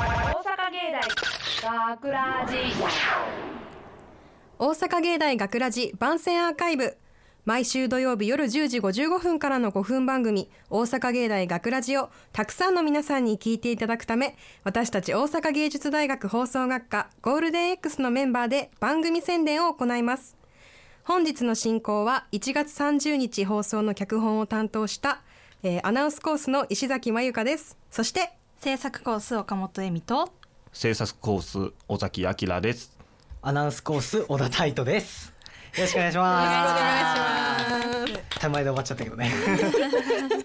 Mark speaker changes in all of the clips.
Speaker 1: 阪芸大学ラジ
Speaker 2: 大阪芸大学ラジ番宣アーカイブ毎週土曜日夜10時55分からの5分番組「大阪芸大学ラジをたくさんの皆さんに聞いていただくため私たち大阪芸術大学放送学科ゴールデン X のメンバーで番組宣伝を行います本日の進行は1月30日放送の脚本を担当した、えーアナウンスコースの石崎真由香ですそして
Speaker 3: 制作コース岡本恵美と
Speaker 4: 制作コース尾崎明です。
Speaker 5: アナウンスコース小田タイトです。よろしくお願いします。よろしくお願いします。手前で終わっちゃったけどね。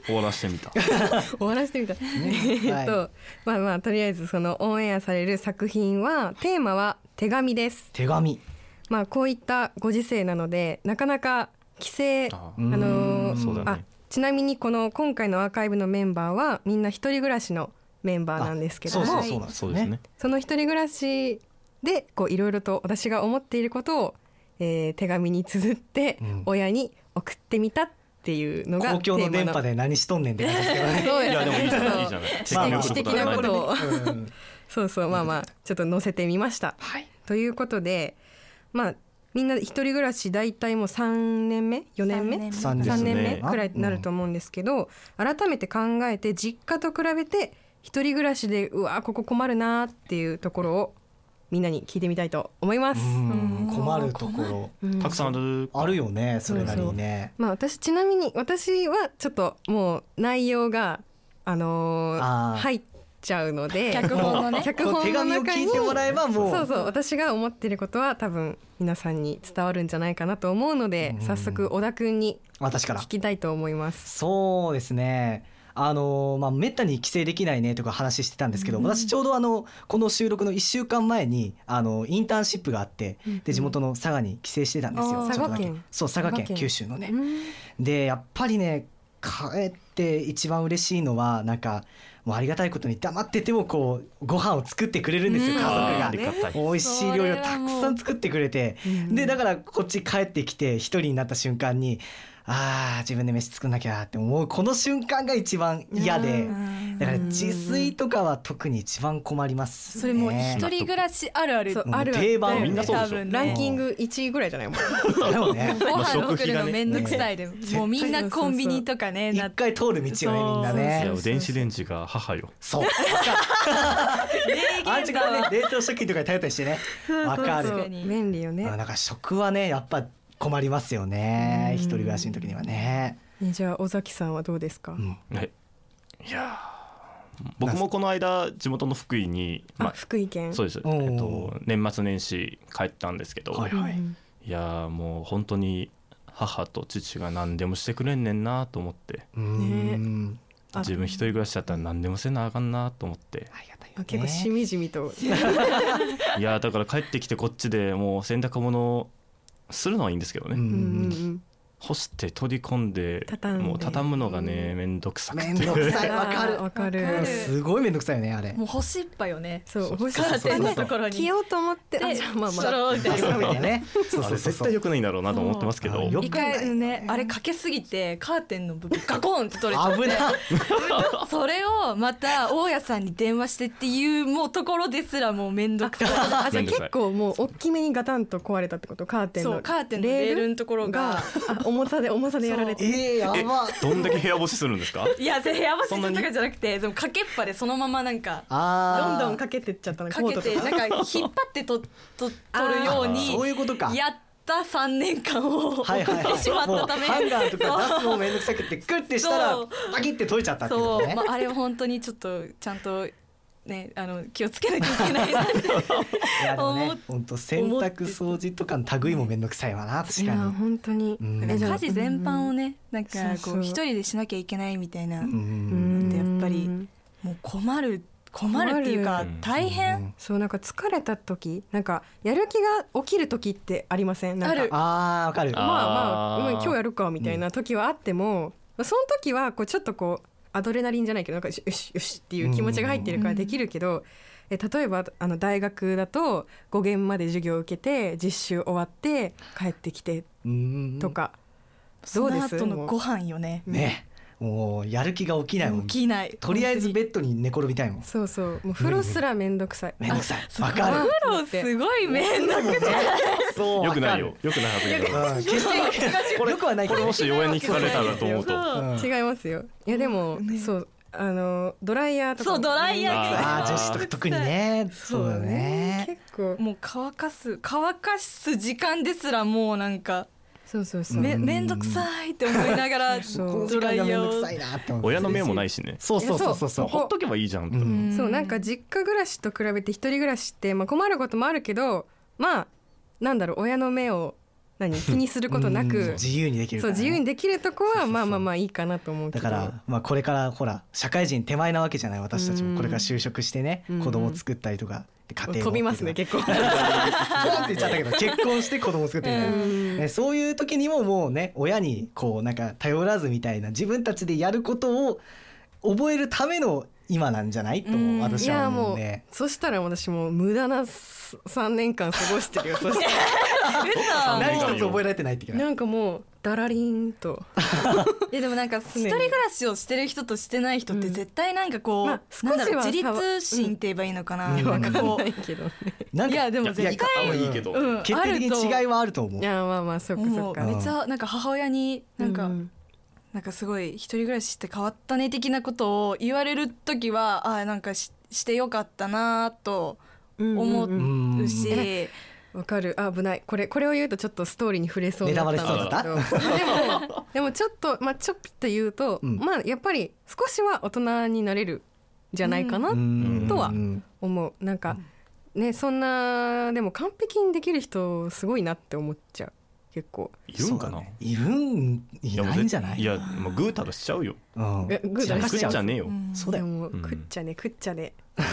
Speaker 4: 終わらしてみた。
Speaker 2: 終わらせてみた。えっ
Speaker 5: は
Speaker 2: と、まあまあとりあえずそのオンエアされる作品はテーマは手紙です
Speaker 5: い。。手紙。
Speaker 2: まあこういったご時世なのでなかなか規制あ
Speaker 4: あ
Speaker 2: のー
Speaker 4: そうだね
Speaker 2: あちなみにこの今回のアーカイブのメンバーはみんな一人暮らしのメンバーなんですけども
Speaker 5: あ
Speaker 2: そ
Speaker 5: そうそうそうなんです
Speaker 4: そ
Speaker 5: よ
Speaker 4: うですね
Speaker 5: ね。。
Speaker 2: の一人暮らしでこういろいろと私が思っていることを、えー手紙に綴って
Speaker 5: うん
Speaker 2: 親に送ってみたっていうのが
Speaker 5: 公共の電波で何しとんねんって感じですけどね。
Speaker 2: そう
Speaker 4: い
Speaker 2: です
Speaker 4: やでもい いじゃない。いいじ
Speaker 2: そう
Speaker 4: ゃない。
Speaker 5: まあまあ
Speaker 2: 知的なことを
Speaker 5: うん
Speaker 2: そうそうまあまあちょっと載せてみました。
Speaker 5: はい。
Speaker 2: ということでまあみんな一人暮らし大体もう3年目4年目
Speaker 3: 三年
Speaker 5: 三です
Speaker 2: 3
Speaker 5: ね
Speaker 2: 年目くらいになると思うんですけど、改めて考えて実家と比べて一人暮らしでうわここ困るなっていうところをみんなに聞いてみたいと思います。
Speaker 5: うん困るとこ
Speaker 2: うん
Speaker 4: たくさんある。
Speaker 5: ろあるよね。それなりにね。
Speaker 2: まあ、私ちなみに私はちょっともう内容が、あのー
Speaker 5: あー
Speaker 2: 入っちゃうので
Speaker 3: 脚本のね
Speaker 2: 脚
Speaker 5: こう
Speaker 2: 本
Speaker 5: 手
Speaker 2: の
Speaker 5: 紙を
Speaker 2: 中
Speaker 5: 聞
Speaker 2: に
Speaker 5: いてもらえばもう。
Speaker 2: そうそう私が思ってることは多分皆さんに伝わるんじゃないかなと思うので
Speaker 5: うん
Speaker 2: 早速小田くんに
Speaker 5: 私から
Speaker 2: 聞。きたいと思います。
Speaker 5: そうですね。あのまあ、めったに帰省できないねとか話してたんですけど、私ちょうどあのこの収録の1週間前にあのインターンシップがあって、で地元の佐賀に帰省してたんです
Speaker 2: あ
Speaker 5: よ
Speaker 2: ー
Speaker 5: ちょっ
Speaker 2: 佐
Speaker 5: とだけ
Speaker 2: 賀県
Speaker 5: そう佐賀
Speaker 2: 佐賀
Speaker 5: 県
Speaker 2: 県
Speaker 5: 九州のね、
Speaker 2: うん
Speaker 5: でやっぱりね帰って一番嬉しいのはなんかもうありがたいことに黙っててもこうご飯を作ってくれるんですよ、
Speaker 2: うん
Speaker 5: 家族
Speaker 4: あー
Speaker 5: が
Speaker 4: ありがたい。
Speaker 5: 美味しい料理をたくさん作ってくれて
Speaker 2: うん
Speaker 5: でだからこっち帰ってきて一人になった瞬間にあー自分で飯作んなきゃって思うこの瞬間が一番嫌でだから自炊とかは特に一番困ります、ね、
Speaker 3: それもう一人暮らしあるある
Speaker 2: そう
Speaker 5: もう
Speaker 2: ある
Speaker 5: 定番
Speaker 2: だよね
Speaker 4: みんなそうでしょ
Speaker 3: 多分ね
Speaker 2: ランキング1位ぐらいじゃないもん。
Speaker 5: だよね
Speaker 3: ご
Speaker 4: まあ
Speaker 3: 飯
Speaker 4: 食
Speaker 3: 送
Speaker 4: 費
Speaker 3: る
Speaker 4: が
Speaker 3: の
Speaker 4: ね
Speaker 3: めんどくさいで、もうみんなコンビニとかね
Speaker 5: 一
Speaker 3: なって
Speaker 5: 回通る道よねみんないね
Speaker 4: や電子レンジが母よ。
Speaker 5: そうあんちからね冷凍食品とかに頼ったりしてねわか
Speaker 2: そう
Speaker 5: る
Speaker 2: 便利よね
Speaker 5: あ。なんか食はねやっぱ困りますよね一人暮らしの時にはね、
Speaker 2: ねじゃあ尾崎さんはどうですか。
Speaker 5: うん、
Speaker 4: はい。いやー。僕もこの間地元の福井にま
Speaker 2: あ
Speaker 4: あ
Speaker 2: 福井県。
Speaker 4: そうです。
Speaker 5: おー
Speaker 4: えっと年末年始帰ったんですけど。
Speaker 5: はい
Speaker 2: うん
Speaker 5: はい
Speaker 4: いやーもう本当に母と父が何でもしてくれんねんなと思って。
Speaker 5: うーん
Speaker 2: あ
Speaker 4: 自分一人暮らしだったら何でもせなあかんなと思って
Speaker 5: ありがたいよ
Speaker 2: あ結構しみじみ と。
Speaker 4: いやーだから帰ってきてこっちでもう洗濯物をするのはいいんですけどね、
Speaker 5: う
Speaker 2: うんうん
Speaker 5: ん
Speaker 2: うん
Speaker 4: 干して取り込んで
Speaker 2: 畳んで
Speaker 4: もう畳むのがね
Speaker 2: うん
Speaker 4: 面倒くさく
Speaker 5: めん
Speaker 4: て
Speaker 5: どくさい
Speaker 2: あ
Speaker 5: わ
Speaker 2: ー
Speaker 5: かる
Speaker 2: わかる
Speaker 3: わか
Speaker 5: うん
Speaker 3: る
Speaker 5: すごいめんどくさいよねあれ
Speaker 3: もう干しっぱよね
Speaker 2: そう
Speaker 4: そう
Speaker 2: 星
Speaker 3: カ
Speaker 2: さ
Speaker 3: ー
Speaker 2: ん
Speaker 3: テンのところに
Speaker 2: 着ようと思ってあ
Speaker 3: で
Speaker 2: じゃあまあま
Speaker 3: そ
Speaker 2: あ
Speaker 3: ろみたいな
Speaker 5: そうねそう
Speaker 4: あ
Speaker 5: そ
Speaker 4: れ
Speaker 5: うそう
Speaker 4: 絶
Speaker 5: そ
Speaker 4: 対
Speaker 5: う
Speaker 4: 良くないんだろうなと思ってますけ
Speaker 5: あ
Speaker 4: ど
Speaker 5: ーよ
Speaker 3: 一回ねあれかけすぎてカーテンの部分ガコンって取れ
Speaker 5: 危な
Speaker 3: たそれをまた大家さんに電話してっていうもうところですらもうめんどくさい
Speaker 2: あじゃあ結構もう大きめにガタンと壊れたってことカーテン
Speaker 3: そ
Speaker 2: の
Speaker 3: うカーテンのレールのところが
Speaker 2: があ重さで重さでやられて
Speaker 5: ええや
Speaker 4: え
Speaker 5: ば
Speaker 4: どんだけ部屋干しするんです か
Speaker 3: いやそれやばせとかじゃなくてでもかけっぱでそのままなんか
Speaker 2: どん
Speaker 5: あー
Speaker 2: どんかけてっちゃったの
Speaker 3: か
Speaker 2: コ
Speaker 3: け
Speaker 2: ートと
Speaker 3: てなんか引っ張ってとと取るように
Speaker 5: そういうことか
Speaker 3: やった三年間を送
Speaker 5: はいはい
Speaker 3: ってしまっ
Speaker 5: もう
Speaker 3: たため
Speaker 5: ハンガーとか出すのもめんどくさくてクッてしたら
Speaker 3: そう
Speaker 5: パキって取れちゃったっていうこ
Speaker 3: そ
Speaker 5: と
Speaker 3: う、
Speaker 5: ね
Speaker 3: まあ、あれは本当にちょっとちゃんとねあの気をつけなきゃいけな いなって
Speaker 5: いやでも
Speaker 3: 思
Speaker 5: ね
Speaker 3: っ
Speaker 5: 本当洗濯掃除とかの類もめんどくさいわな確
Speaker 2: い
Speaker 5: か
Speaker 2: や
Speaker 5: に
Speaker 2: 本当に
Speaker 5: うん
Speaker 2: えじゃあ
Speaker 3: 家事全般をねなんか
Speaker 2: そう
Speaker 3: こ
Speaker 2: そう
Speaker 3: う一人でしなきゃいけないみたいなも
Speaker 5: うん
Speaker 3: でやっぱりう困る困るっていうか
Speaker 4: 困る
Speaker 3: 大変
Speaker 2: そうなんか疲れた時なんかやる気が起きる時ってありませんなんか
Speaker 3: ある
Speaker 5: あーわかる
Speaker 2: まあまあ
Speaker 4: あー
Speaker 2: うん今日やるかみたいな時はあっても、まあその時はこうちょっとこうアドレナリンじゃないけどなんかよしよしよしっていう気持ちが入ってるからできるけど、え例えばあの大学だと語源まで授業を受けて実習終わって帰ってきて
Speaker 5: うん
Speaker 2: とか、
Speaker 3: そ
Speaker 2: どう
Speaker 3: の
Speaker 2: です
Speaker 3: 後のご飯よね
Speaker 5: ねもうやる気が起きないもん
Speaker 3: 起きない
Speaker 5: とりあえずベッドに寝転びたいもん
Speaker 2: そうそうもう風呂すらめんどくさい
Speaker 5: めんどくさいわか
Speaker 2: あ
Speaker 5: る
Speaker 3: プロすごい面倒くさい
Speaker 5: そう
Speaker 4: よくない
Speaker 5: わ
Speaker 4: よ。よくない発言だな。
Speaker 5: かるうん決 してこれよくはないけ
Speaker 4: これ
Speaker 5: ど
Speaker 4: もし応援に聞かれたらと思うと。
Speaker 5: うん
Speaker 2: 違いますよいやでも、そうあのドライヤーとかも
Speaker 3: そうドライヤー
Speaker 5: あー女子とか特にねそうだね
Speaker 2: 結構
Speaker 3: もう乾かす乾かす時間ですらもうなんか
Speaker 2: そうそうそう、
Speaker 3: め
Speaker 5: うん
Speaker 3: 面倒くさいって思いなが ら
Speaker 2: そう
Speaker 5: この時
Speaker 3: ドラ
Speaker 5: 間が
Speaker 3: イ
Speaker 5: め
Speaker 3: ヤ
Speaker 5: ん
Speaker 3: ー
Speaker 5: どく
Speaker 3: を
Speaker 5: さいなって思う
Speaker 4: 親の目もないしね。
Speaker 5: そうそうそうそうそう
Speaker 2: いやそう
Speaker 4: ほっとけばいいじゃんって。
Speaker 5: う
Speaker 4: うん
Speaker 5: ん
Speaker 2: そうなんか実家暮らしと比べて一人暮らしって、まあ、困ることもあるけどまあなんだろう親の目を 何気にすることな
Speaker 5: うん
Speaker 2: く、
Speaker 5: 自由にできる
Speaker 2: そ
Speaker 5: か
Speaker 2: う
Speaker 5: らね
Speaker 2: 自由にできるとこ
Speaker 5: そうそう
Speaker 2: は
Speaker 5: そう
Speaker 2: まあまあまあいいかなと思うけ
Speaker 5: だ
Speaker 2: ど
Speaker 5: から、まあ、これからほら社会人手前なわけじゃない私たち
Speaker 2: うん
Speaker 5: もこれから就職してね
Speaker 2: うん
Speaker 5: 子供作ったりとかで家庭
Speaker 2: 飛びますね
Speaker 5: 結
Speaker 2: 結 構
Speaker 5: 婚って言っちゃったけど結婚して子供作ってみたいな、ね、そういう時にももうね親にこうなんか頼らずみたいな自分たちでやることを覚えるための今なんじゃないと
Speaker 3: うん
Speaker 2: い
Speaker 5: 私は
Speaker 2: や
Speaker 5: 思う
Speaker 2: もう
Speaker 5: ね。
Speaker 2: そしたら私もう無駄な3年間過ごして るよそした
Speaker 4: う
Speaker 5: 何
Speaker 4: いや
Speaker 5: 一つ覚えられてないっていけ
Speaker 2: ら
Speaker 5: ない。
Speaker 2: なんかもうだらりんと
Speaker 3: いやでもなんか一人暮らしをしてる人としてない人って
Speaker 2: うん
Speaker 3: 絶対なんかこう、
Speaker 2: まあ少し
Speaker 3: な
Speaker 2: は
Speaker 3: んだろう
Speaker 2: 差は
Speaker 3: 自立心って言えばいいのかな、
Speaker 5: うん
Speaker 3: なんか
Speaker 2: わ
Speaker 3: こ
Speaker 2: かんな
Speaker 3: う
Speaker 2: いけどね
Speaker 5: なんか
Speaker 3: いやでも
Speaker 4: いや言い
Speaker 3: 絶対
Speaker 4: 方はいいけど。
Speaker 3: うん
Speaker 5: 決定的
Speaker 3: ある
Speaker 5: に
Speaker 3: と
Speaker 5: 違いはあると思う
Speaker 2: い。やまあまあそっかそ
Speaker 3: も
Speaker 2: っ
Speaker 3: う
Speaker 2: か
Speaker 3: めっちゃなんか母親になんか、
Speaker 2: うん
Speaker 3: なんかすごい一人暮らしって変わったね的なことを言われる時はああなんかししてよかったなと
Speaker 2: うん
Speaker 3: 思
Speaker 2: うんうん
Speaker 3: う
Speaker 5: うん
Speaker 3: し、
Speaker 2: わかるあ危ないこれこれを言うとちょっとストーリーに触れそうになったんだけど
Speaker 5: ネ
Speaker 2: でも でもちょっと、まあ、ちょっぴっと言うと、
Speaker 5: うん
Speaker 2: まあやっぱり少しは大人になれるじゃないかなと
Speaker 5: うん
Speaker 2: とは
Speaker 5: うん
Speaker 2: 思うなんかねそんなでも完璧にできる人すごいなって思っちゃう結構
Speaker 4: いるんかな。
Speaker 5: そうだねいるんい
Speaker 4: もう
Speaker 5: な
Speaker 4: 絶
Speaker 5: いんじゃない
Speaker 4: いや、もうぐーたらしちゃうよ。
Speaker 5: うん
Speaker 2: えグー
Speaker 4: じ
Speaker 2: タ
Speaker 4: ゃ
Speaker 2: ラし
Speaker 4: 食っ
Speaker 2: ち
Speaker 4: ち
Speaker 2: ゃう
Speaker 4: ゃねえよ。
Speaker 3: うん
Speaker 5: そうだよ。
Speaker 2: もう
Speaker 4: うん
Speaker 2: 食っちゃね食っちゃね
Speaker 4: そ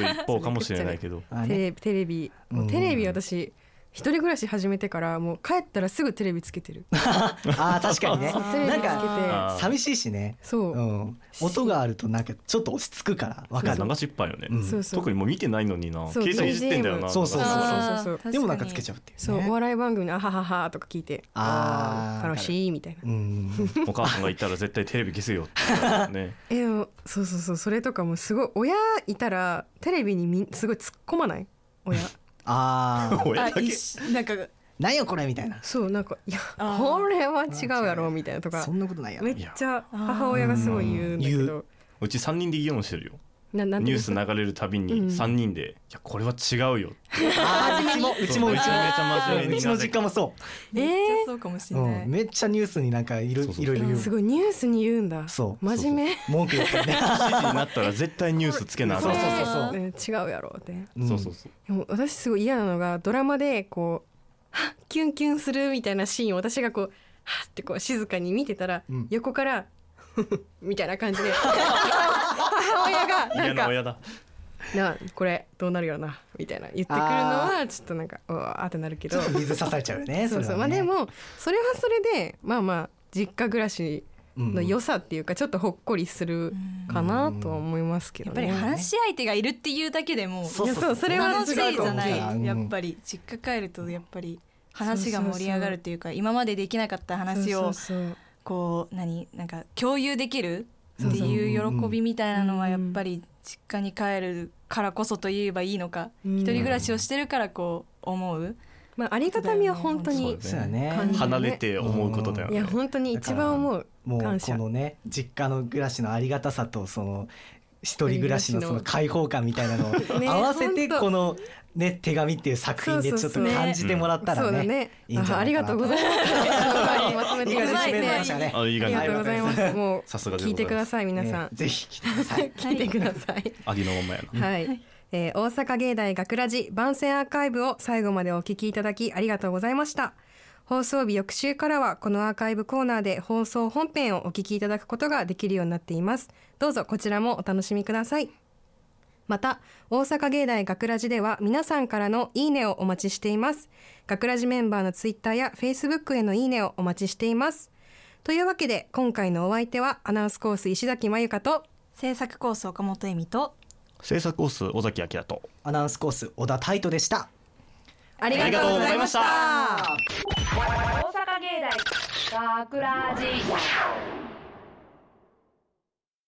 Speaker 4: れ一方かもしれないけど。
Speaker 5: あ
Speaker 2: テ
Speaker 5: ね
Speaker 2: レビテレビもうテレビ私一人暮らし始めてからもう帰ったらすぐテレビつけてる
Speaker 5: あー確かにね
Speaker 2: そうテレビ
Speaker 5: なん
Speaker 2: つけ
Speaker 5: か
Speaker 2: て
Speaker 4: あ
Speaker 5: 寂しいしね、、
Speaker 2: そううん
Speaker 5: 音があるとなんかちょっと落ち着くからわかる
Speaker 4: 流しっぱいよね。
Speaker 5: うん
Speaker 2: そうそう
Speaker 4: 特にもう見てないのにな。
Speaker 2: そう
Speaker 4: 携帯いじってんだよ
Speaker 2: BGM
Speaker 4: な。
Speaker 5: そうそうそう
Speaker 2: あーそう
Speaker 3: 確に
Speaker 5: でもなんかつけちゃうっていう、ね、
Speaker 2: そう、お笑い番組の「あははは」とか聞いて
Speaker 5: あ
Speaker 2: あ
Speaker 5: ー
Speaker 2: ー楽しいみたいな
Speaker 5: うん
Speaker 4: お母さんがいたら絶対テレビ消せよって。ね。
Speaker 2: えでもそうそうそうそれとかもすごい親いたらテレビにみすごい突っ込まない親
Speaker 5: あー
Speaker 4: 親だ
Speaker 3: あ
Speaker 4: け
Speaker 3: い。しなんか
Speaker 5: なんやこれみたいな
Speaker 2: そうなんか「いや
Speaker 3: あー
Speaker 2: これは違うやろ」みたいなとか
Speaker 5: そんなことないやろ
Speaker 2: めっちゃ母親がすごい言うんだけ
Speaker 5: うん言
Speaker 2: ど
Speaker 5: う
Speaker 4: うち三人で議論してるよ。
Speaker 2: ななんて
Speaker 4: ニ
Speaker 2: い
Speaker 4: ュ
Speaker 2: うんで
Speaker 4: ース
Speaker 2: すか
Speaker 4: 流れるたび
Speaker 2: うん
Speaker 4: に三人で、いやこれは違うよ。
Speaker 5: あーうちもうちも
Speaker 4: そううめ
Speaker 5: ち
Speaker 4: ち
Speaker 5: も
Speaker 4: ゃ真面目
Speaker 5: う
Speaker 4: に
Speaker 5: ちの実家もそ
Speaker 2: え
Speaker 3: めっちゃ
Speaker 2: ー
Speaker 3: そうかもし
Speaker 5: う、
Speaker 3: れな
Speaker 5: う
Speaker 3: い、
Speaker 5: ん、めっちゃニュースになんかいろいろ
Speaker 4: そうそう
Speaker 5: 言
Speaker 2: え
Speaker 5: う
Speaker 2: すごいニュースに言うんだ
Speaker 5: そう
Speaker 2: 真面目
Speaker 5: 文句言ってるね
Speaker 4: 記事になったら絶対ニュースつけなあか
Speaker 5: そ
Speaker 4: ん
Speaker 5: うそうそうそう
Speaker 2: これん違うやろって
Speaker 5: うん
Speaker 4: そうそうそう。
Speaker 2: でも私すごい嫌なのがドラマでこうはっキュンキュンするみたいなシーンを私がこうはっってこう静かに見てたら、
Speaker 5: うん
Speaker 2: 横からふふみたいな感 じで母親がな
Speaker 4: 嫌
Speaker 2: ん
Speaker 4: な
Speaker 2: か
Speaker 4: 親だ。
Speaker 2: なこれどうなるよなみたいな言ってくるのはちょっとなんかうわーってなるけ
Speaker 5: ち
Speaker 2: ど
Speaker 5: ょっと水刺されちゃうよね
Speaker 2: そう
Speaker 5: れ
Speaker 2: そ
Speaker 5: は
Speaker 2: うまあ
Speaker 5: ね
Speaker 2: でもそれはそれでまあまあ実家暮らしの良さっていうかちょっとほっこりするかなとは思いますけ
Speaker 3: や
Speaker 2: ど
Speaker 3: っぱり
Speaker 2: ね。
Speaker 3: 話し相手がいるっていうだけでも
Speaker 5: そう
Speaker 2: いやそうそれは
Speaker 3: 楽し
Speaker 2: す
Speaker 3: い
Speaker 2: ごい
Speaker 3: じ
Speaker 2: と
Speaker 3: ゃ
Speaker 2: 思う
Speaker 3: な
Speaker 5: うん
Speaker 3: いやっぱり実家帰るとやっぱり話が盛り上がるっていうか今までできなかった話
Speaker 2: そ
Speaker 3: を
Speaker 2: うそうそう
Speaker 3: こう何なんか共有できるっていう喜びみたいなのはやっぱり実家に帰るからこそと言えばいいのか
Speaker 2: うん
Speaker 3: 一人暮らしをしてるからこう思う
Speaker 2: まあありがたみは本当
Speaker 4: そう
Speaker 2: に
Speaker 5: そうだね
Speaker 2: 感じ
Speaker 4: 離れて思うことだよ
Speaker 2: いや
Speaker 4: ね。
Speaker 2: 本当に一番思う
Speaker 5: もう
Speaker 2: 感謝
Speaker 5: このね実家の暮らしのありがたさとその一人暮らしのその解放感みたいなの
Speaker 2: ね
Speaker 5: を合わせて
Speaker 2: ほんと
Speaker 5: このね手紙っていう作品でちょっと感じてもらった
Speaker 2: そ
Speaker 5: ら
Speaker 2: うだ
Speaker 5: ね
Speaker 2: ね
Speaker 5: いいんじゃ
Speaker 2: ああ
Speaker 5: ない
Speaker 2: り
Speaker 5: か
Speaker 2: が
Speaker 5: な
Speaker 2: とうございます代わりにまとめて
Speaker 5: いい
Speaker 2: くだ
Speaker 5: 感じで
Speaker 2: さい
Speaker 5: 締めになり
Speaker 2: ね
Speaker 5: ましたね
Speaker 4: あい
Speaker 2: あり
Speaker 4: い感じ
Speaker 2: が。とうございますもう
Speaker 4: さすがでござ
Speaker 2: 聞いてくだ
Speaker 4: い
Speaker 2: さい皆さん
Speaker 5: ねぜひ来てください
Speaker 2: 聞いてください
Speaker 4: ます。ありのままやな。
Speaker 2: はい、えー大阪芸大学ラジ番宣アーカイブを最後までお聞きいただきありがとうございました放送日翌週からはこのアーカイブコーナーで放送本編をお聞きいただくことができるようになっていますどうぞこちらもお楽しみくださいまた大阪芸大学ラジでは皆さんからのいいねをお待ちしています学ラジメンバーのツイッターやフェイスブックへのいいねをお待ちしていますというわけで今回のお相手はアナウンスコース石崎まゆかと
Speaker 3: 制作コース岡本恵美と
Speaker 4: 制作コース尾崎明と。
Speaker 5: アナウンスコース小田泰斗でした
Speaker 2: あり
Speaker 4: がとうございました
Speaker 1: 大阪芸大学ラジ